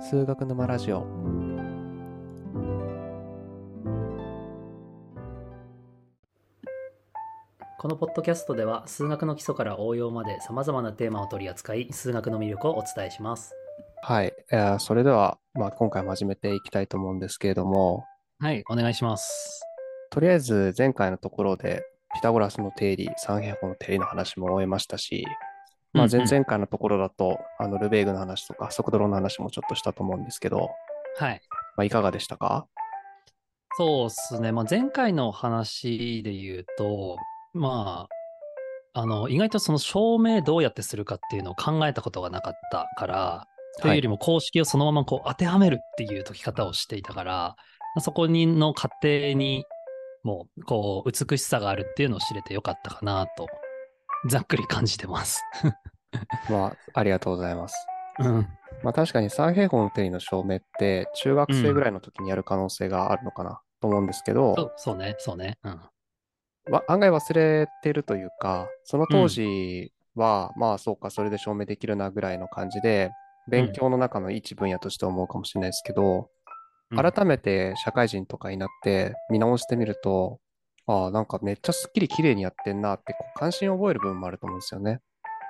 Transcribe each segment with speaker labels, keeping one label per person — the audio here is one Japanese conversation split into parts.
Speaker 1: 数学沼ラジオ
Speaker 2: このポッドキャストでは数学の基礎から応用まで様々なテーマを取り扱い数学の魅力をお伝えします
Speaker 1: はい、えーそれでは、まあ、今回も始めていきたいと思うんですけれども
Speaker 2: はいお願いします
Speaker 1: とりあえず前回のところでピタゴラスの定理三平方の定理の話も終えましたし、まあ、前々回のところだと、あのルベーグの話とか速度論の話もちょっとしたと思うんですけど、
Speaker 2: はい
Speaker 1: まあ、いかがでしたか
Speaker 2: そうですね、まあ、前回の話で言うとまああの意外とその証明どうやってするかっていうのを考えたことがなかったからというよりも公式をそのままこう当てはめるっていう解き方をしていたから、そこにの過程にもうこう美しさがあるっていうのを知れてよかったかなとざっくり感じてます。
Speaker 1: まあ、ありがとうございます。
Speaker 2: うん、
Speaker 1: まあ、確かに三平方の定理の証明って中学
Speaker 2: う
Speaker 1: 生
Speaker 2: ん
Speaker 1: ぐらいの時にやる可能性があるのかなと思うんですけど、
Speaker 2: そうそうねそうね。うん
Speaker 1: わ案外忘れてるというか、その当時は、まあそうか、それで証明できるなぐらいの感じで、勉強の中の一分野として思うかもしれないですけど、
Speaker 2: うん
Speaker 1: 改めて社会人とかになって見直してみると、ああ、なんかめっちゃすっきり綺麗にやってんなって、こう関心を覚える部分もあると思うんですよね。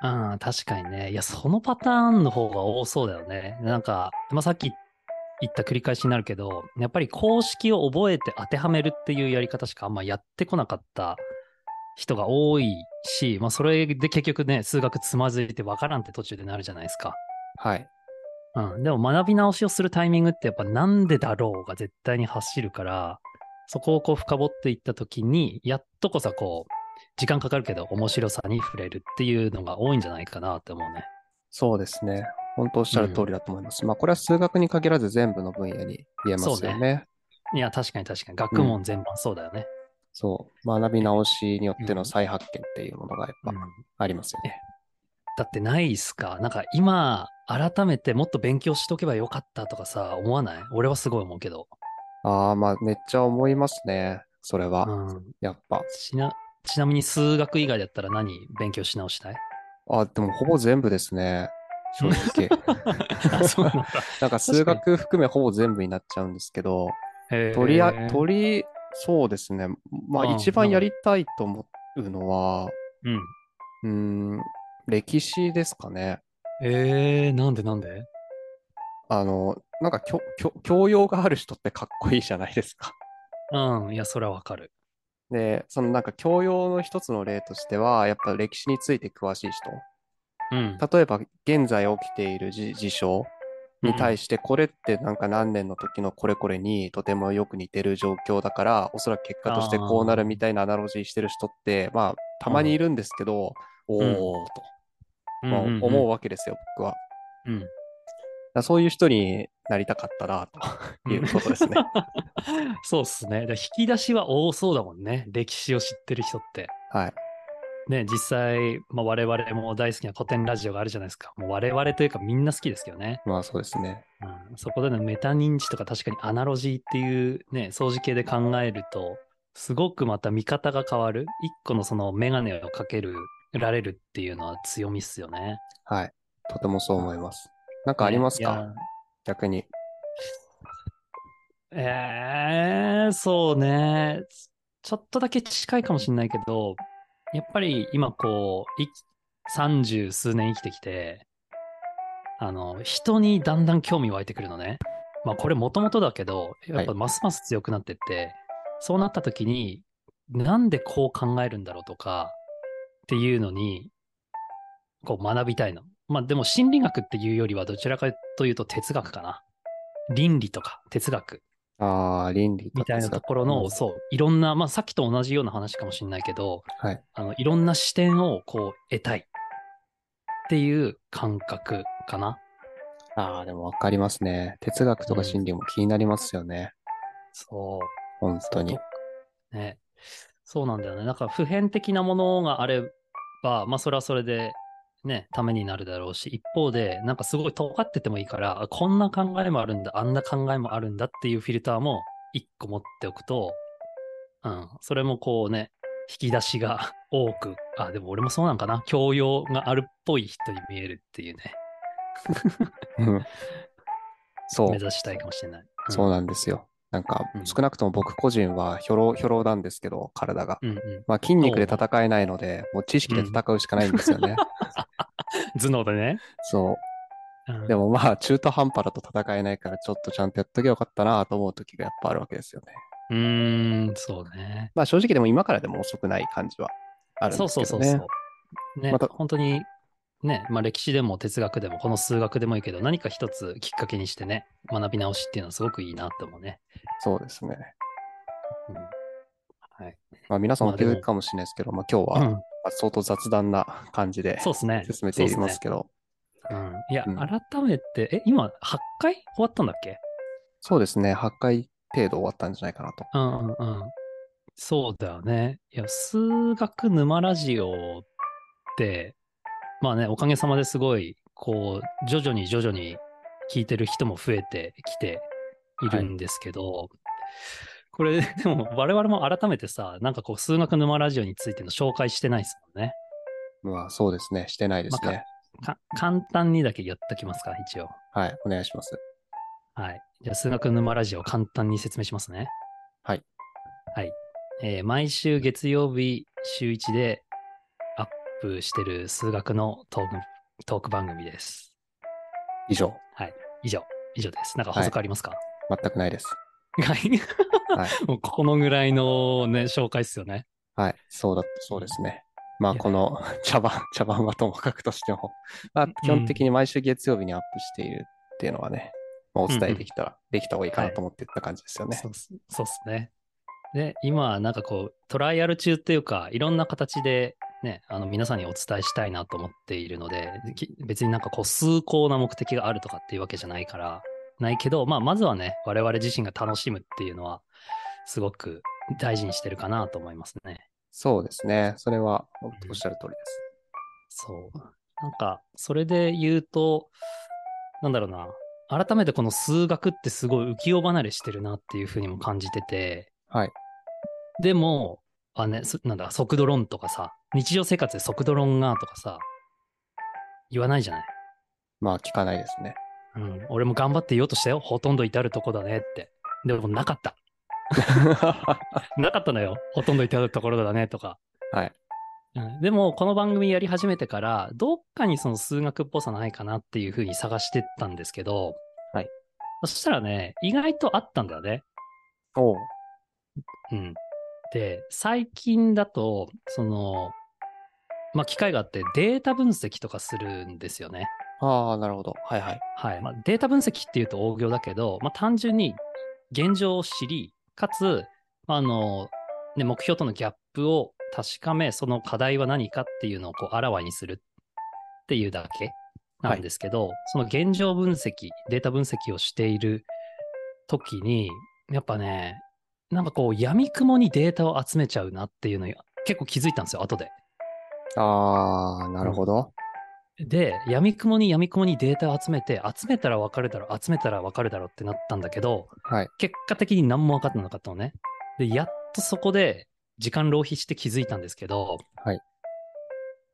Speaker 2: うん、確かにね。いや、そのパターンの方が多そうだよね。なんか、まあ、さっき言った繰り返しになるけど、やっぱり公式を覚えて当てはめるっていうやり方しかあんまやってこなかった人が多いし、まあ、それで結局ね、数学つまずいてわからんって途中でなるじゃないですか。
Speaker 1: はい。
Speaker 2: うん。でも学び直しをするタイミングってやっぱなんでだろうが絶対に走るから、そこをこう深掘っていった時に、やっとこそこう、時間かかるけど面白さに触れるっていうのが多いんじゃないかなって思うね。
Speaker 1: そうですね。本当おっしゃる通りだと思います。まあこれは数学に限らず全部の分野に言えますよ
Speaker 2: そうね
Speaker 1: ね
Speaker 2: いや、確かに確かに。学問全般そうだよね。
Speaker 1: そう。学び直しによって
Speaker 2: う
Speaker 1: の
Speaker 2: ん
Speaker 1: 再発見っていうものがやっぱ
Speaker 2: うん
Speaker 1: ありますよね。
Speaker 2: だってないっすかなんか今、改めてもっと勉強しとけばよかったとかさ、思わない俺はすごい思うけど。
Speaker 1: ああ、まあめっちゃ思いますね。それは、
Speaker 2: うん、
Speaker 1: やっぱ。
Speaker 2: ちなちなみに数学以外だったら何勉強し直したい
Speaker 1: あでもほぼ全部ですね。正直。
Speaker 2: あそうなんだ。
Speaker 1: なんか数学含めほぼ全部になっちゃうんですけど、
Speaker 2: へー
Speaker 1: とりあ、とり、そうですね。ま
Speaker 2: う
Speaker 1: あ
Speaker 2: ん
Speaker 1: 一番やりたいと思うのは、
Speaker 2: うん。
Speaker 1: うーん、歴史ですかね。
Speaker 2: えー、なんでなんで
Speaker 1: あの、なんか教教教養がある人ってかっこいいじゃないですか。
Speaker 2: うん、いや、それはわかる。
Speaker 1: で、そのなんか教養の一つの例としては、やっぱ歴史について詳しい人。
Speaker 2: うん。
Speaker 1: 例えば現在起きている事事象に対してこれってなんか何年の時のこれこれにとてもよく似てる状況だからおそらく結果としてこうなるみたいなアナロジーしてる人ってまあたまにいるんですけど、おお
Speaker 2: ん
Speaker 1: ーと、
Speaker 2: うん
Speaker 1: まあ
Speaker 2: んん
Speaker 1: 思うわけですよ僕は。だか
Speaker 2: うん。
Speaker 1: らそういう人になりたかったなということです ね。
Speaker 2: そうっすね。だから引き出しは多そうだもんね。歴史を知ってる人って。
Speaker 1: はい、
Speaker 2: ね、実際、まあ、我々も大好きな古典ラジオがあるじゃないですか。もう我々というかみんな好きですけどね。
Speaker 1: まあそうですね。
Speaker 2: うん、そこでのメタ認知とか確かにアナロジーっていうね、相似形で考えると、すごくまた見方が変わる。一個のそのメガネをかける、られるっていうのは強みっすよね。
Speaker 1: はい、とてもそう思います。なんかあります
Speaker 2: ねい
Speaker 1: か、
Speaker 2: や
Speaker 1: 逆に。
Speaker 2: ええそうね。ちょっとだけ近いかもしれないけど、やっぱり今こう、い三十数年生きてきて、あの、人にだんだん興味湧いてくるのね。まあこれもともとだけど、やっ
Speaker 1: は
Speaker 2: ぱますます強くなってって、そうなった時に、なんでこう考えるんだろうとか、っていうのに、こう学びたいの。まあでも心理学っていうよりはどちらかというと哲学かな。倫理とか哲学
Speaker 1: ああ、倫理と
Speaker 2: みたいな
Speaker 1: 哲
Speaker 2: と
Speaker 1: 学
Speaker 2: ころの、そう、いろんな、まあさっきと同じような話かもしれないけど、
Speaker 1: はい
Speaker 2: あの、いろんな視点をこう得たいっていう感覚かな。
Speaker 1: ああ、でもわかりますね。哲学とか心理も気になりますよね。
Speaker 2: そ
Speaker 1: 本当に。
Speaker 2: う。ね。そうなんだよね。なんか普遍的なものがあれば、まあそれはそれで、ね、ためになるだろうし、一方で、なんかすごい尖っててもいいから、あこんな考えもあるんだ、あんな考えもあるんだっていうフィルターも一個持っておくと、うん、それもこうね、引き出しが 多く、あ、でも俺もそうなんかな、教養があるっぽい人に見えるっていうね。
Speaker 1: そう
Speaker 2: 目指したいかもしれない。
Speaker 1: そう
Speaker 2: な
Speaker 1: なんですよ。なんか
Speaker 2: う、ん
Speaker 1: 少なくとも僕個人はひょろひょろなんですけど、体が。
Speaker 2: うんうん。
Speaker 1: まあ、筋肉で戦えないので、もう知識で戦うしかないんですよ ね。
Speaker 2: 頭脳でね。
Speaker 1: そう。
Speaker 2: うん
Speaker 1: でもまあ、中途半端だと戦えないから、ちょっとちゃんとやっときゃよかったなと思う時がやっぱあるわけですよね。
Speaker 2: うーん、そうね。
Speaker 1: まあ、正直でも今からでも遅くない感じはあるん
Speaker 2: そう
Speaker 1: です
Speaker 2: そ
Speaker 1: け
Speaker 2: うそ
Speaker 1: ど
Speaker 2: う
Speaker 1: ね。
Speaker 2: そう。ね、
Speaker 1: また
Speaker 2: 本当に、ね、まあ歴史でも哲学でも、この数学でもいいけど、何か一つきっかけにしてね、学び直しっていうのはすごくいいなって思うね。
Speaker 1: そうですね。
Speaker 2: うんはい。
Speaker 1: まあ、皆さん
Speaker 2: ま
Speaker 1: お
Speaker 2: あ
Speaker 1: 気
Speaker 2: でも
Speaker 1: づきかもしれないですけど、まあ、今日は
Speaker 2: う
Speaker 1: ま
Speaker 2: ん、
Speaker 1: あ相当雑談な感じで
Speaker 2: そうですね。
Speaker 1: 進めていますけど、
Speaker 2: そうっすねうん、いや、
Speaker 1: うん
Speaker 2: 改めて、え、今、8回終わったんだっけ
Speaker 1: そうですね。8回程度終わったんじゃないかなと。
Speaker 2: うんうんうん。そうだよね。いや、数学沼ラジオって、まあね、おかげさまですごい、こう、徐々に徐々に聞いてる人も増えてきているんですけど、これ、でも我々も改めてさ、なんかこう、数学沼ラジオについての紹介してないですもんね。
Speaker 1: まあ、そうですね。してないですね。
Speaker 2: か簡単にだけやっときますか、一応。
Speaker 1: はい。お願いします。
Speaker 2: はい。じゃあ、数学沼ラジオ、簡単に説明しますね。
Speaker 1: はい。
Speaker 2: はい。えー毎週月曜日、週1でアップしてる数学のトークトーク番組です。
Speaker 1: 以上。
Speaker 2: 以上。以上です。なんか補足ありますか、
Speaker 1: 全くないです。
Speaker 2: はい、
Speaker 1: はい。
Speaker 2: もうこのぐらいのね、紹介っすよね。
Speaker 1: はい。そうだ、そうですね。まあ、
Speaker 2: いや
Speaker 1: この 茶番、茶番はともかくとしても、まあ、基本的に毎週月曜日にアップしているっていうのはね、まあ、お伝えできたら、できた方がいいかなと思っていった感じですよね。
Speaker 2: そうっすそうっすね。で、今、なんかこう、トライアル中っていうか、いろんな形で、ね、あの皆さんにお伝えしたいなと思っているので、き別になんかこう、崇高な目的があるとかっていうわけじゃないから、ないけど、まあ、まずはね、我々自身が楽しむっていうのは、すごく大事にしてるかなと思いますね。
Speaker 1: そうですね。それはお
Speaker 2: うん
Speaker 1: おっしゃる通りです。
Speaker 2: そう。なんか、それで言うと、なんだろうな、改めてこの数学ってすごい浮世離れしてるなっていうふうにも感じてて、
Speaker 1: はい。
Speaker 2: でも、あね、すなんだ、速度論とかさ、日常生活で速度論がとかさ、言わないじゃない。
Speaker 1: まあ、聞かないです ね。
Speaker 2: うん、俺も頑張って言おうとしたよ。ほとんど至るとこだねって。でもなかった。なかったのよ。ほとんど至るところだねとか。
Speaker 1: はい。
Speaker 2: うんでも、この番組やり始めてから、どっかにその数学っぽさないかなっていうふうに探してったんですけど、
Speaker 1: はい。
Speaker 2: そしたらね、意外とあったんだよね。
Speaker 1: おう
Speaker 2: うん。で、最近だと、その、まあ、機会があってデータ分析とかするんですよね。
Speaker 1: ああ、なるほど。はいはい。
Speaker 2: はい。まあ、データ分析っていうと大行だけど、まあ、単純に現状を知り、かつ、あの、ね、目標とのギャップを確かめ、その課題は何かっていうのをこうあらわにするっていうだけなんですけど、その現状分析、データ分析をしている時に、やっぱね、なんかこう、闇雲にデータを集めちゃうなっていうのに結構気づいたんですよ、後で。
Speaker 1: ああ、なるほど。
Speaker 2: で、闇雲に闇雲にデータを集めて、集めたらわかるだろう、集めたらわかるだろうってなったんだけど、
Speaker 1: はい。
Speaker 2: 結果的に何も分かってなかったのね。で、やっとそこで時間浪費して気づいたんですけど、
Speaker 1: はい。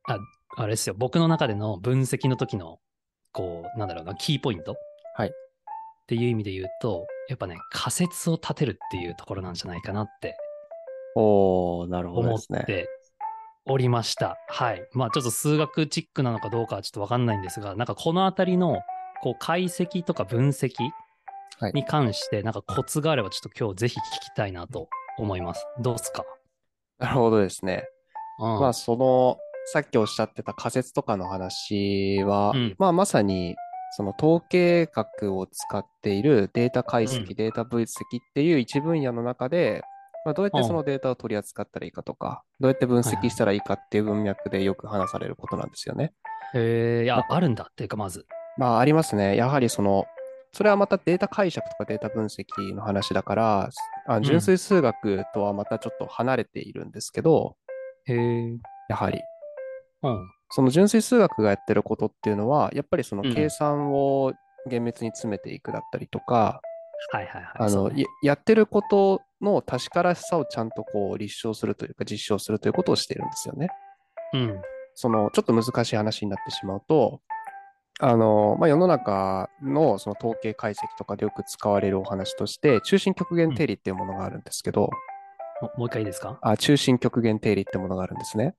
Speaker 2: あ、あれですよ、僕の中での分析の時の、こう、なんだろうな、キーポイント。
Speaker 1: はい
Speaker 2: っていう意味で言うと、やっぱね、仮説を立てるっていうところなんじゃないかなって
Speaker 1: おおなるほど
Speaker 2: 思
Speaker 1: で
Speaker 2: っ
Speaker 1: すね。
Speaker 2: ておりました。はい。まあちょっと数学チックなのかどうかはちょっとわかんないんですが、なんかこのあたりのこう解析とか分析
Speaker 1: はい
Speaker 2: に関して、なんかコツがあればちょっと今日ぜひ聞きたいなと思います。どうっすか、
Speaker 1: なるほどですね。
Speaker 2: うん、
Speaker 1: まあ、その、さっきおっしゃってた仮説とかの話は、
Speaker 2: うん
Speaker 1: まあ、まさに、その統計学を使っているデータ解析、
Speaker 2: うん
Speaker 1: データ分析っていう一分野の中で、まあ、どうやってそのデータを取り扱ったらいいかとか、どうやって分
Speaker 2: はいはい
Speaker 1: 析したらいいかっていう文脈でよく話されることなんですよね。
Speaker 2: えーいや
Speaker 1: ま、
Speaker 2: あるんだっていうか、まず。
Speaker 1: まあ、ありますね。やはりその、それはまたデータ解釈とかデータ分析の話だから、あ
Speaker 2: ん
Speaker 1: 純粋数学とはまたちょっと離れているんですけど、
Speaker 2: へえ。うん。
Speaker 1: やはり。その純粋数学がやってることっていうのは、やっぱりその
Speaker 2: うん
Speaker 1: 計算を厳密に詰めていくだったりとか、
Speaker 2: はいはいはい。
Speaker 1: あ
Speaker 2: そ
Speaker 1: の、
Speaker 2: うね
Speaker 1: ややってることの確からしさをちゃんとこう立証するというか実証するということをしているんですよね。
Speaker 2: うん。
Speaker 1: そのちょっと難しい話になってしまうと、あの、まあ、世の中のその統計解析とかでよく使われるお話として、中心極限定理っていうものがあるんですけど、
Speaker 2: ももう一回いいですか
Speaker 1: あ、中心極限定理ってものがあるんですね。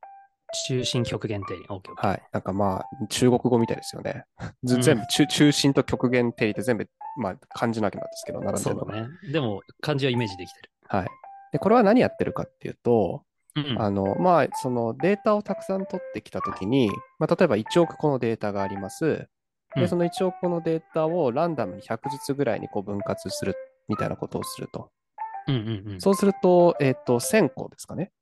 Speaker 2: 中心極限定理。OK, OK。
Speaker 1: はい。なんかまあ、中国語みたいですよね。ず
Speaker 2: うん
Speaker 1: 全部、中中心と極限定理って全部、まあ、漢字なわけなんですけど、並んで
Speaker 2: そ
Speaker 1: る
Speaker 2: う
Speaker 1: のが。
Speaker 2: だね。でも、漢字はイメージできてる。
Speaker 1: はい。で、これは何やってるかっていうと、
Speaker 2: うん。
Speaker 1: あの、まあ、そのデータをたくさん取ってきたときに、まあ、例えば1億個のデータがあります。
Speaker 2: う
Speaker 1: で、
Speaker 2: ん
Speaker 1: その1億個のデータをランダムに100ずつぐらいにこう分割するみたいなことをすると。
Speaker 2: うんうんうん。
Speaker 1: そうすると、えっ、と、1000個ですかね。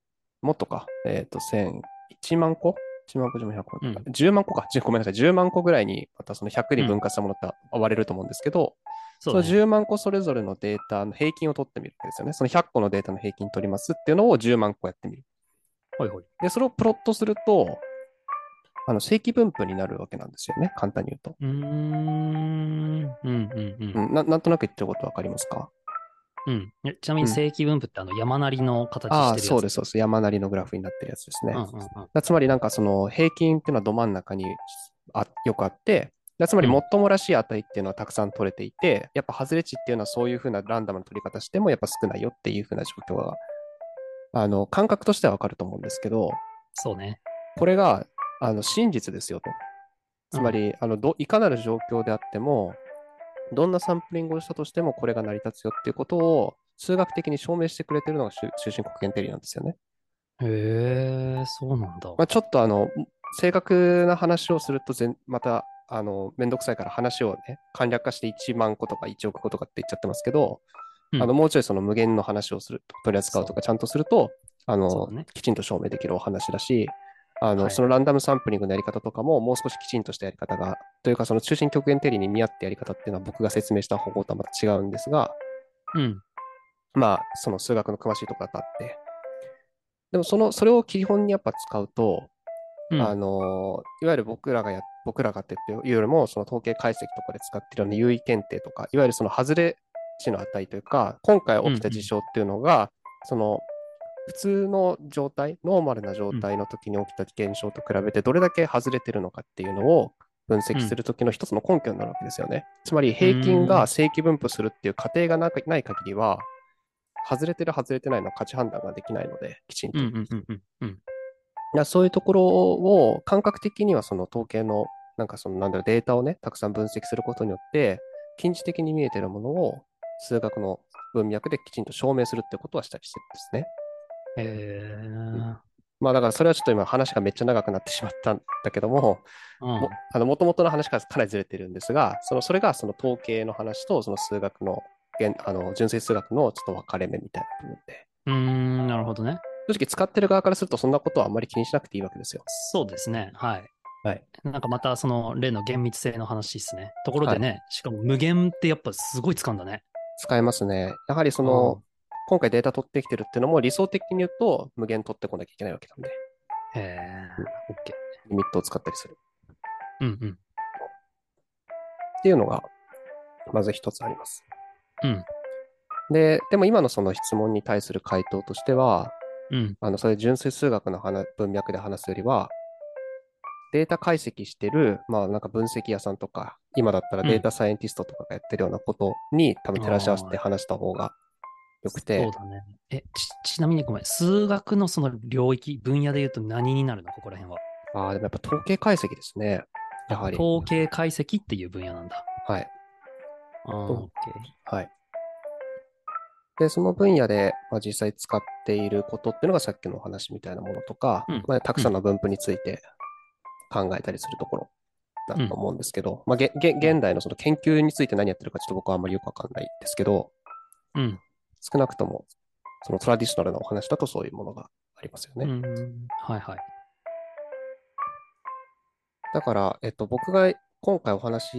Speaker 1: もっとか。えっ、と、1000、1万個 ?1 万個、10万100個、
Speaker 2: うん
Speaker 1: 10万個か。10ごめんなさい。10万個ぐらいに、またその100に分割したものって割れると思うんですけど、
Speaker 2: そ
Speaker 1: その
Speaker 2: うだね
Speaker 1: 10万個それぞれのデータの平均を取ってみるわけですよね。その100個のデータの平均取りますっていうのを10万個やってみる。
Speaker 2: ほいほい。
Speaker 1: で、それをプロットすると、あの正規分布になるわけなんですよね。簡単に言うと。
Speaker 2: うーん。うんうん
Speaker 1: う
Speaker 2: うん。
Speaker 1: ん、ななんとなく言ってることわかりますか
Speaker 2: うん、えちなみ
Speaker 1: う
Speaker 2: に
Speaker 1: ん
Speaker 2: 正規分布ってあの山なりの形してるやつ
Speaker 1: ああ、そうです、そうです。山なりのグラフになってるやつですね。
Speaker 2: うんうんうん。
Speaker 1: だつまりなんかその平均っていうのはど真ん中にあよくあって、だつまり
Speaker 2: うん
Speaker 1: 最もらしい値っていうのはたくさん取れていて、やっぱ外れ値っていうのはそういうふうなランダムな取り方してもやっぱ少ないよっていうふうな状況が、あの、感覚としてはわかると思うんですけど、
Speaker 2: そうね。
Speaker 1: これがあの真実ですよと。つまり、あのどいかなる状況であっても、どんなサンプリングをしたとしてもこれが成り立つよっていうことを数学的に証明してくれてるのが終終身国権定理なんですよね。
Speaker 2: へえ、そうなんだ。
Speaker 1: まあ、ちょっとあの正確な話をすると全またあのめんどくさいから話をね簡略化して1万個とか1億個とかって言っちゃってますけど、
Speaker 2: うん
Speaker 1: あのもうちょいその無限の話をする取り扱うとかちゃんとするとあ
Speaker 2: そ
Speaker 1: の
Speaker 2: う、だね
Speaker 1: きちんと証明できるお話だしあの、
Speaker 2: はい
Speaker 1: そのランダムサンプリングのやり方とかももう少しきちんとしたやり方がというかその中心極限定理に見合ったやり方っていうのは僕が説明した方法とはまた違うんですが、
Speaker 2: うん。
Speaker 1: まあ、その数学の詳しいところだったって。でも、その、それを基本にやっぱ使うと、
Speaker 2: うん
Speaker 1: あの、いわゆる僕らがや、僕らがってっていうよりも、その統計解析とかで使ってるような優位検定とか、いわゆるその外れ値の値というか、今回起きた事象っていうのが、その、普通の状態、ノーマルな状態の時に起きた現象と比べて、どれだけ外れてるのかっていうのを分析する時の一つの根拠になるわけですよね。つまり、平均が正規分布するっていう過程がなかない限りは、外れてる、外れてないの価値判断ができないので、きちんと。
Speaker 2: うんうんうんうんうん。
Speaker 1: だからそういうところを感覚的にはその統計のなんかそのなんだろうデータをねたくさん分析することによって近似的に見えてるものを数学の文脈できちんと証明するってことはしたりしてるんですね。
Speaker 2: へえ。
Speaker 1: まあだからそれはちょっと今話がめっちゃ長くなってしまったんだけども、
Speaker 2: うん
Speaker 1: もあの元々の話からかなりずれてるんですが、そのそれがその統計の話とその数学の現あの純粋数学のちょっと分かれ目みたいなと思って、
Speaker 2: うーん、なるほどね。
Speaker 1: 正直使ってる側からするとそんなことはあんまり気にしなくていいわけですよ。
Speaker 2: そうですね。はい。
Speaker 1: はい。
Speaker 2: なんかまたその例の厳密性の話ですね。ところでね、しかも無限ってやっぱすごい掴んだね。
Speaker 1: 使えますね。やはりその、今回データ取ってきてるっていうのも理想的に言うと無限取ってこなきゃいけないわけなんで、
Speaker 2: うん、へえ、オッケ
Speaker 1: リミットを使ったりする
Speaker 2: ー。うんうん。
Speaker 1: っていうのが、まず一つあります。
Speaker 2: うん。
Speaker 1: で、でも今のその質問に対する回答としては、
Speaker 2: うん。
Speaker 1: あの、それ純粋数学の話文脈で話すよりは、データ解析してる、まあなんか分析屋さんとか、今だったらデータサイエンティストとかがやってるようなことに、多分照らし合わせて話した方がよくて
Speaker 2: そう、だね。え、ち、ちなみにごめん。数学のその領域、分野で言うと何になるのここら辺は。
Speaker 1: ああ、でもやっぱ統計解析ですね。やはり。
Speaker 2: 統計解析っていう分野なんだ。
Speaker 1: はい。
Speaker 2: あー
Speaker 1: うん
Speaker 2: オッケ
Speaker 1: はい。で、その分野で、まあ、実際使っていることっていうのがさっきのお話みたいなものとか、
Speaker 2: うん
Speaker 1: まあ、たくさんの分布について考えたりするところだと思うんですけど、まあ、げげ現代のその研究について何やってるかちょっと僕はあんまりよくわかんないですけど、
Speaker 2: ー。うん。
Speaker 1: 少なくともそのトラディショナルなお話だとそういうものがありますよね。
Speaker 2: うん。はいはい。
Speaker 1: だから、えっと、僕が今回お話、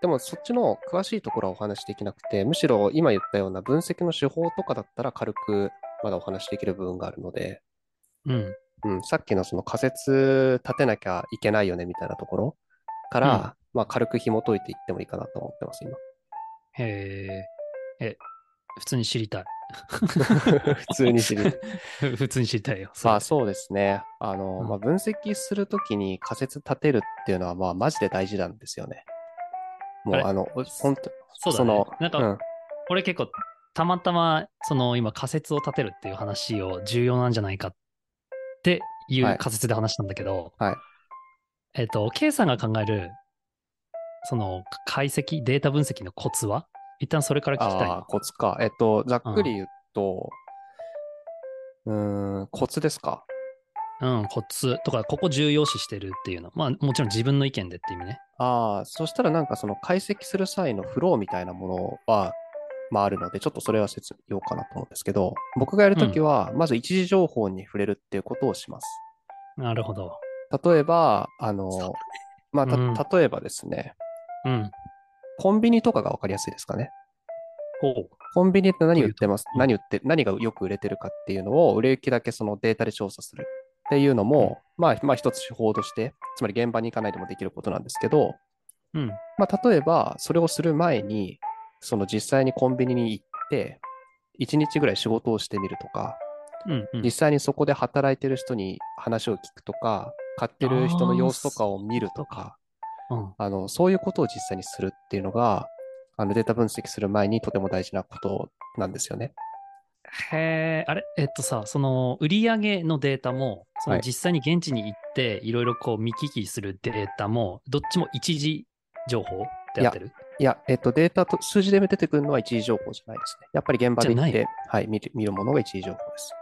Speaker 1: でもそっちの詳しいところはお話しできなくて、むしろ今言ったような分析の手法とかだったら軽くまだお話しできる部分があるので、
Speaker 2: うん。
Speaker 1: うん、さっきのその仮説立てなきゃいけないよねみたいなところから、まあ軽く紐解いていってもいいかなと思ってます、今。
Speaker 2: へえ。え、普通に知りたい。
Speaker 1: 普通に知りたい。
Speaker 2: 普通に知りたいよ。それ
Speaker 1: まあそうですね。あの、
Speaker 2: うん
Speaker 1: まあ、分析するときに仮説立てるっていうのは、まあマジで大事なんですよね。もう
Speaker 2: あれ
Speaker 1: あの、本当
Speaker 2: そうだね
Speaker 1: その、
Speaker 2: なんか
Speaker 1: うん
Speaker 2: 俺結構たまたまその今仮説を立てるっていう話を重要なんじゃないかってい
Speaker 1: はいう
Speaker 2: 仮説で話したんだけど、
Speaker 1: はい
Speaker 2: えっ、と K さんが考えるその解析データ分析のコツは一旦それから聞きたい
Speaker 1: ああ、
Speaker 2: な
Speaker 1: コツか。えっと、ざっくり言うと、うーん、コツですか。
Speaker 2: うんコツとかここ重要視してるっていうのまあもちろん自分の意見でって意味ね
Speaker 1: ああ、そしたらなんかその解析する際のフローみたいなものは、まああるので、ちょっとそれは説明ようかなと思うんですけど、僕がやるときは、まず一次情報に触れるっていうことをします。
Speaker 2: なるほど
Speaker 1: 例えば、あ
Speaker 2: そうだ
Speaker 1: の
Speaker 2: ね、
Speaker 1: まあ、
Speaker 2: うん
Speaker 1: た、例えばですね、
Speaker 2: うん
Speaker 1: コンビニとかが分かりやすいですかね。
Speaker 2: ほう
Speaker 1: コンビニって何売ってます
Speaker 2: うん
Speaker 1: 何売って、何がよく売れてるかっていうのを、売れ行きだけそのデータで調査するっていうのも、まあ、まあ、一つ手法として、つまり現場に行かないでもできることなんですけど、
Speaker 2: うん
Speaker 1: まあ、例えば、それをする前に、その実際にコンビニに行って、1日ぐらい仕事をしてみるとか、
Speaker 2: うんうん
Speaker 1: 実際にそこで働いてる人に話を聞くとか、買ってる人の様子とかを見るとか、
Speaker 2: うん
Speaker 1: あの、そういうことを実際にするっていうのが、あのデータ分析する前にとても大事なことなんですよね。
Speaker 2: へえ、あれえっとさ、その売り上げのデータも、そ
Speaker 1: は
Speaker 2: の
Speaker 1: い
Speaker 2: 実際に現地に行って、いろいろこう見聞きするデータも、どっちも一時情報ってやってる
Speaker 1: いや、えっと、データと、数字で出てくるのは一時情報じゃないですね。やっぱり現場で行っ
Speaker 2: じゃ
Speaker 1: て、はい、見る見るものが一時情報です。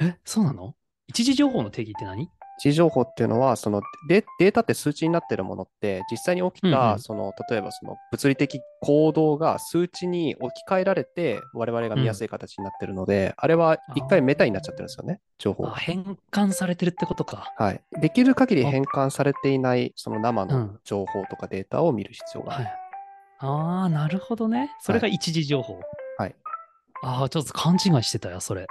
Speaker 2: え、そうなの一時情報の定義って何
Speaker 1: 一時情報っていうのは、そのデデータって数値になってるものって、実際に起き
Speaker 2: うんう
Speaker 1: た、
Speaker 2: ん
Speaker 1: その、例えばその物理的行動が数値に置き換えられて、我々が見やすい形になってるので、あれは一回メタになっちゃってるんですよね、情報
Speaker 2: あ、
Speaker 1: が。
Speaker 2: 変換されてるってことか。
Speaker 1: はい。できる限り
Speaker 2: あ
Speaker 1: 変換されていない、その生
Speaker 2: う
Speaker 1: の
Speaker 2: ん
Speaker 1: 情報とかデータを見る必要があ
Speaker 2: は
Speaker 1: る。
Speaker 2: い。ああ、なるほどね。それが一時情報。
Speaker 1: はい。
Speaker 2: ああ、ちょっと勘違いしてたよ、それ。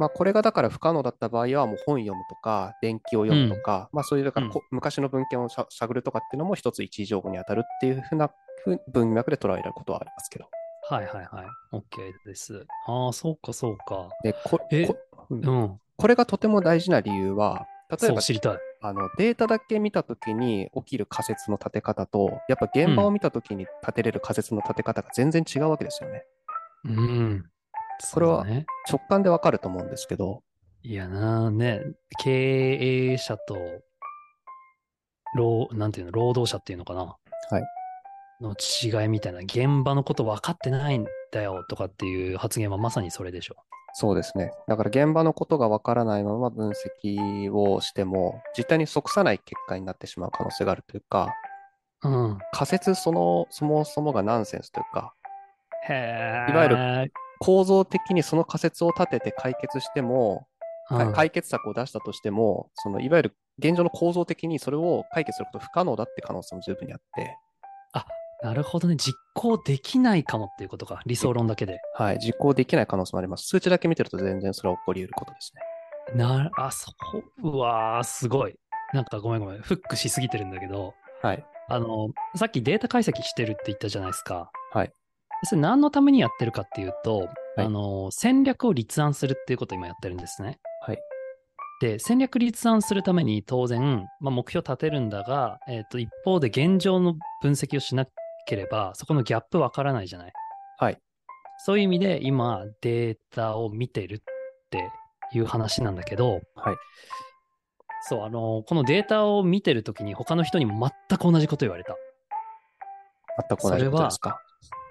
Speaker 1: まあ、これがだから不可能だった場合は、もう本読むとか、電気を読むとか、まあ、そういう、だからこ、昔の文献をさ探るとかっていうのも、一つ一時情報に当たるっていうふうなふ文脈で捉えられることはありますけど。
Speaker 2: はいはいはい。OK です。ああ、そうかそうか。
Speaker 1: で、こ
Speaker 2: え
Speaker 1: こうん
Speaker 2: うん。
Speaker 1: これがとても大事な理由は、例え
Speaker 2: そ
Speaker 1: ば
Speaker 2: う知りたい。
Speaker 1: あのデータだけ見たときに起きる仮説の立て方と、やっぱ現場を見たときに立てれる仮説の立て方が全然違うわけですよね。
Speaker 2: うん。
Speaker 1: これは
Speaker 2: そうだね
Speaker 1: 直感でわかると思うんですけど、
Speaker 2: いやなあね、経営者と、労、なんていうの、労働者っていうのかな。
Speaker 1: はい。
Speaker 2: の違いみたいな、現場のこと分かってないんだよとかっていう発言はまさにそれでしょ。
Speaker 1: そうですね。だから現場のことがわからないまま分析をしても、実態に即さない結果になってしまう可能性があるというか、
Speaker 2: うん。
Speaker 1: 仮説その、そもそもがナンセンスというか、
Speaker 2: へえ。
Speaker 1: いわゆる
Speaker 2: る、
Speaker 1: 構造的にその仮説を立てて解決しても、か
Speaker 2: うん、
Speaker 1: 解決策を出したとしても、そのいわゆる現状の構造的にそれを解決すること不可能だって可能性も十分にあって、
Speaker 2: なるほどね。実行できないかもっていうことか。理想論だけで。
Speaker 1: はい、実行できない可能性もあります。数値だけ見てると全然それは起こり得ることですね。
Speaker 2: なあ、そう、うわー、すごい。なんかごめんごめん。フックしすぎてるんだけど、
Speaker 1: はい。
Speaker 2: あの、さっきデータ解析してるって言ったじゃないですか。
Speaker 1: はい。
Speaker 2: それ何のためにやってるかっていうと、
Speaker 1: はい
Speaker 2: あの、戦略を立案するっていうことを今やってるんですね。
Speaker 1: はい。
Speaker 2: で、戦略立案するために当然、まあ、目標立てるんだが、えっ、と、一方で現状の分析をしなければ、そこのギャップわからないじゃない。
Speaker 1: はい。
Speaker 2: そういう意味で今データを見てるっていう話なんだけど、
Speaker 1: はい。
Speaker 2: そう、あの、このデータを見てるときに他の人にも全く同じこと言われた。
Speaker 1: 全く同じことですか。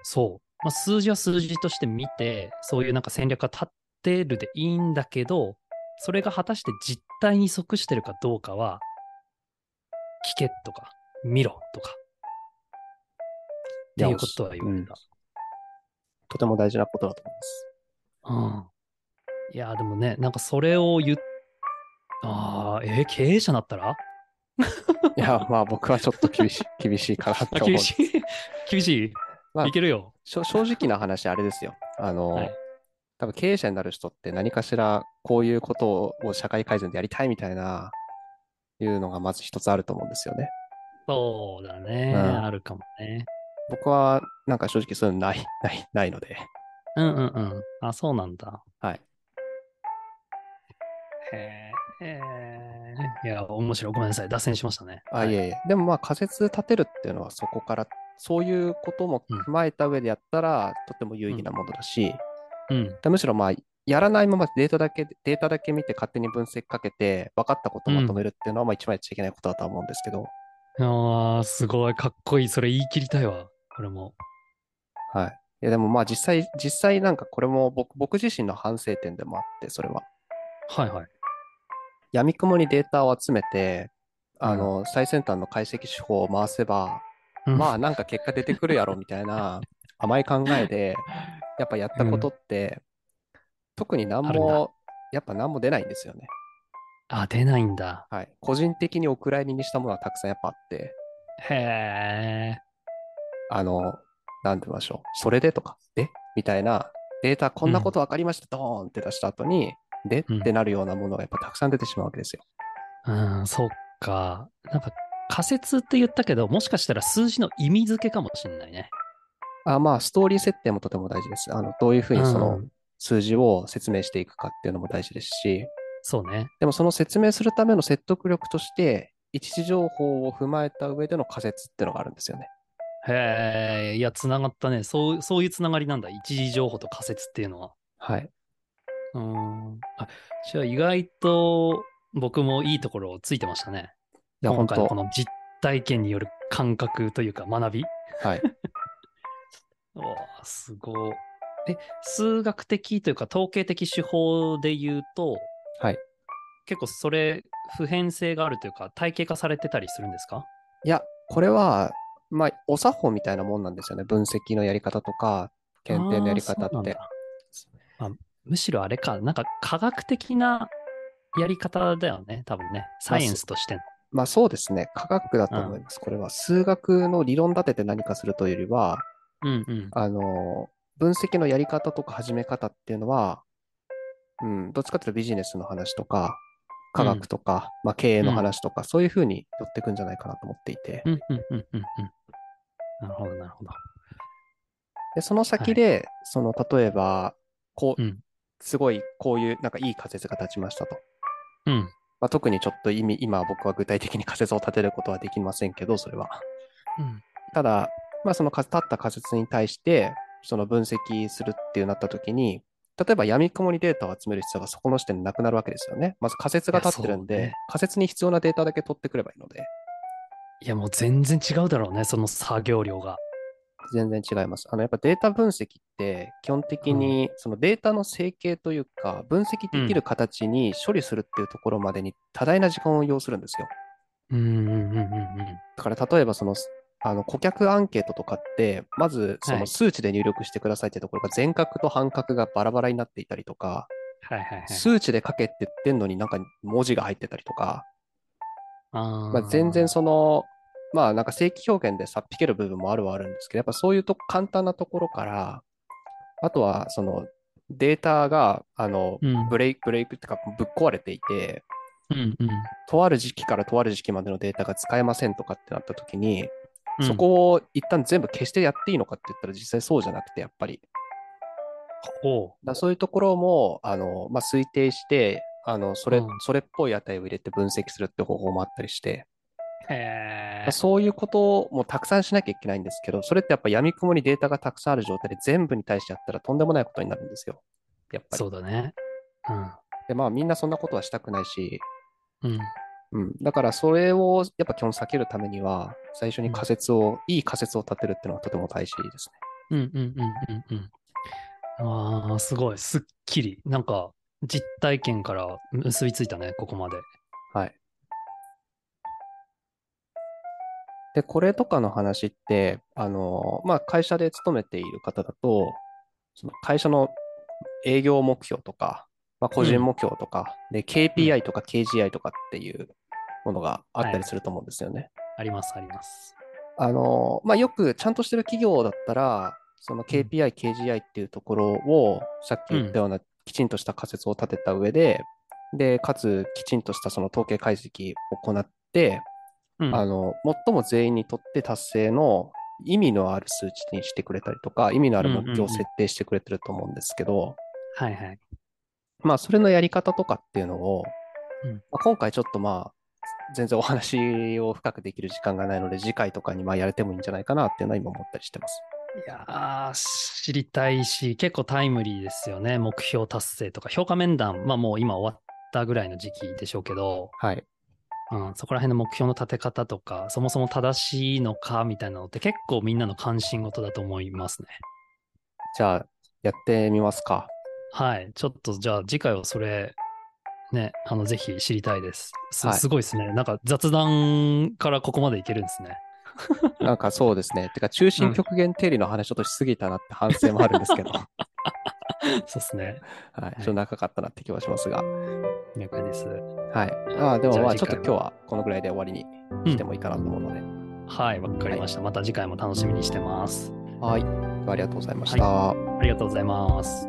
Speaker 2: そう。まあ、数字は数字として見て、そういうなんか戦略が立ってるでいいんだけど、それが果たして実態に即してるかどうかは、聞けとか、見ろとか、っていうことは言われた。
Speaker 1: とても大事なことだと思います。
Speaker 2: うん。いや、でもね、なんかそれを言っ、ああ、えー経営者だったら
Speaker 1: いや、まあ僕はちょっと厳 しい、厳しいかなって思う。
Speaker 2: 厳しい。 厳しい、
Speaker 1: まあ
Speaker 2: いけるよ。
Speaker 1: しょ正直な話、あれですよ。あの、
Speaker 2: はい
Speaker 1: 多分経営者になる人って何かしらこういうことを社会改善でやりたいみたいな、いうのがまず一つあると思うんですよね。
Speaker 2: そうだね、
Speaker 1: うん
Speaker 2: あるかもね。
Speaker 1: 僕はなんか正直そういうのない、ない、ないので。
Speaker 2: うんうんうん。あ、そうなんだ。
Speaker 1: はい。
Speaker 2: へえ。いや、面白い。ごめんなさい。脱線しましたね。
Speaker 1: あ、いえいえ。でもまあ仮説立てるっていうのはそこから、そういうことも踏まえた上でやったら、とても有意義なものだし、
Speaker 2: うん。
Speaker 1: むしろまあ、やらないままデータだけ、データだけ見て勝手に分析かけて、分かったことをまとめるっていうのは、まあ一番やっちゃいけないことだとは思うんですけど、
Speaker 2: ああ、すごい。かっこいい。それ言い切りたいわ。これも。
Speaker 1: はい。いやでもまあ実際、実際なんかこれも僕僕自身の反省点でもあって、それは。
Speaker 2: はいはい。
Speaker 1: 闇雲にデータを集めて、あの、最先端の解析手法を回せば、
Speaker 2: うん
Speaker 1: まあなんか結果出てくるやろみたいな甘い考えで、やっぱやったことって、特に何
Speaker 2: あるん
Speaker 1: も、やっぱ何も出ないんですよね。
Speaker 2: あ、出ないんだ。
Speaker 1: はい。個人的にお蔵入りにしたものはたくさんやっぱあって、
Speaker 2: へえ。
Speaker 1: あの、なんて言いましょう。それでとか、でみたいな、データこんなこと分かりました、ドーンって出した後に、で
Speaker 2: うん
Speaker 1: ってなるようなものがやっぱたくさん出てしまうわけですよ。
Speaker 2: うん、そっか。なんか仮説って言ったけど、もしかしたら数字の意味付けかもしんないね。
Speaker 1: あまあ、ストーリー設定もとても大事です。あの、どういうふうにその
Speaker 2: うん
Speaker 1: 数字を説明していくかっていうのも大事ですし、
Speaker 2: そうね。
Speaker 1: でもその説明するための説得力として、一時情報を踏まえた上での仮説っていうのがあるんですよね。
Speaker 2: へえ。いや、つながったね。そう、そういうつながりなんだ。一時情報と仮説っていうのは。
Speaker 1: はい。
Speaker 2: うーん。あ、じゃあ意外と僕もいいところをついてましたね。
Speaker 1: いや、
Speaker 2: 今
Speaker 1: 本
Speaker 2: 回のこ
Speaker 1: 当
Speaker 2: の実体験による感覚というか学び。
Speaker 1: はい。
Speaker 2: おーすごい。え、数学的というか統計的手法で言うと、
Speaker 1: はい。
Speaker 2: 結構それ普遍性があるというか体系化されてたりするんですか
Speaker 1: いや、これは、まあ、お作法みたいなもんなんですよね。分析のやり方とか、検定のやり方
Speaker 2: あーそう
Speaker 1: っ
Speaker 2: なん
Speaker 1: て。
Speaker 2: だあむしろあれか、なんか科学的なやり方だよね、多分ね。サイエンスとしての。
Speaker 1: まあそうですね。科学だと思います。これは数学の理論立てて何かするというよりは、
Speaker 2: うんうん。
Speaker 1: あの、分析のやり方とか始め方っていうのは、うん、どっちかというとビジネスの話とか、科学とか、まあ経営の話とか、そういうふうに寄ってくんじゃないかなと思っていて、
Speaker 2: うんうんうんうんうん。なるほど、なるほど。
Speaker 1: で、その先で、その、例えば、こう、
Speaker 2: うん
Speaker 1: すごい、こういう、なんかいい仮説が立ちましたと。
Speaker 2: うん。
Speaker 1: まあ、特にちょっと意味、今僕は具体的に仮説を立てることはできませんけど、それは。
Speaker 2: うん
Speaker 1: ただ、まあ、その立った仮説に対して、その分析するっていうなった時に、例えば闇雲にデータを集める必要がそこの時点でなくなるわけですよね。まず仮説が立ってるん
Speaker 2: いや
Speaker 1: で、
Speaker 2: そうね
Speaker 1: 仮説に必要なデータだけ取ってくればいいので、
Speaker 2: いや、もう全然違うだろうね、その作業量が。
Speaker 1: 全然違います。あの、やっぱデータ分析って、基本的にそのデータの整形というか、分析できる形に処理するっていうところまでに多大な時間を要するんですよ。
Speaker 2: うんうんうんうんうん。
Speaker 1: だから例えばその、あの顧客アンケートとかって、まずそ
Speaker 2: は
Speaker 1: の
Speaker 2: い
Speaker 1: 数値で入力してくださいってところが全角と半角がバラバラになっていたりとか、
Speaker 2: はいはいはい。
Speaker 1: 数値で書けって言ってんのになんか文字が入ってたりとか、
Speaker 2: あ
Speaker 1: まあ、
Speaker 2: ー
Speaker 1: 全然その、まあなんか正規表現でさっぴける部分もあるはあるんですけど、やっぱそういうとこ簡単なところから、あとはそのデータがあの
Speaker 2: うん
Speaker 1: ブレイク、ブレイクっていうかぶっ壊れていて、
Speaker 2: うんうん
Speaker 1: とある時期からとある時期までのデータが使えませんとかってなった時に、
Speaker 2: うん
Speaker 1: そこを一旦全部消してやっていいのかって言ったら実際そうじゃなくて、やっぱり。だか
Speaker 2: ほ
Speaker 1: らそういうところも、あの、まあ、推定して、あの、それ、
Speaker 2: うん
Speaker 1: それっぽい値を入れて分析するって方法もあったりして、
Speaker 2: う。へ
Speaker 1: まあ
Speaker 2: え。
Speaker 1: そういうこともたくさんしなきゃいけないんですけど、それってやっぱ闇雲にデータがたくさんある状態で全部に対してやったらとんでもないことになるんですよ。やっぱり。
Speaker 2: そうだね。
Speaker 1: で、まあみんなそんなことはしたくないし、
Speaker 2: うん。うん。
Speaker 1: うん。だからそれをやっぱ基本避けるためには、最初に仮説を、いい仮説を立てるっていうのはとても大事ですね。
Speaker 2: うんうんうんうんうん。ああ、すごい。すっきり。なんか、実体験から結びついたね、ここまで。
Speaker 1: はい。で、これとかの話って、あの、まあ、会社で勤めている方だと、その会社の営業目標とか、まあ、個人目標とか、で、KPI とか KGI とかっていうものがあったりすると思うんですよね。
Speaker 2: あります、あります。
Speaker 1: あの、まあ、よくちゃんとしてる企業だったら、その KPI、KGI っていうところを、さっき言ったようなきちんとした仮説を立てた上で、で、かつきちんとしたその統計解析を行って、
Speaker 2: うん。
Speaker 1: あの、最も全員にとって達成の意味のある数値にしてくれたりとか、意味のある目標
Speaker 2: うんうんう
Speaker 1: を
Speaker 2: ん
Speaker 1: 設定してくれてると思うんですけど、
Speaker 2: はいはい。
Speaker 1: まあ、それのやり方とかっていうのを、
Speaker 2: うん
Speaker 1: まあ今回ちょっとまあ、全然お話を深くできる時間がないので、次回とかにまあやれてもいいんじゃないかなっていうのは今思ったりしてます。
Speaker 2: いやー知りたいし、結構タイムリーですよね。目標達成とか、評価面談、まあもう今終わったぐらいの時期でしょうけど、
Speaker 1: はい。
Speaker 2: うん、そこら辺の目標の立て方とか、そもそも正しいのかみたいなのって結構みんなの関心事だと思いますね。
Speaker 1: じゃあ、やってみますか。
Speaker 2: はい。ちょっとじゃあ次回はそれ、ね、あの、ぜひ知りたいです。す,、
Speaker 1: はい
Speaker 2: ごいですね。なんか雑談からここまでいけるんですね。
Speaker 1: なんかそうですね。てか、中
Speaker 2: うん
Speaker 1: 心極限定理の話ちょっとしすぎたなって反省もあるんですけど、は
Speaker 2: そうです ね。
Speaker 1: い。ちょっと長かったなって気はしますが。
Speaker 2: 了解です。
Speaker 1: はい。まあ、でもまあ、
Speaker 2: じ
Speaker 1: ち
Speaker 2: ゃ
Speaker 1: ょっ
Speaker 2: あ
Speaker 1: と
Speaker 2: 次回は
Speaker 1: 今日はこのぐらいで終わりにしてもいいかなと思うので。
Speaker 2: はい、わかりました。また次回も楽しみにしてます。
Speaker 1: はい。ありがとうございました。
Speaker 2: ありがとうございます。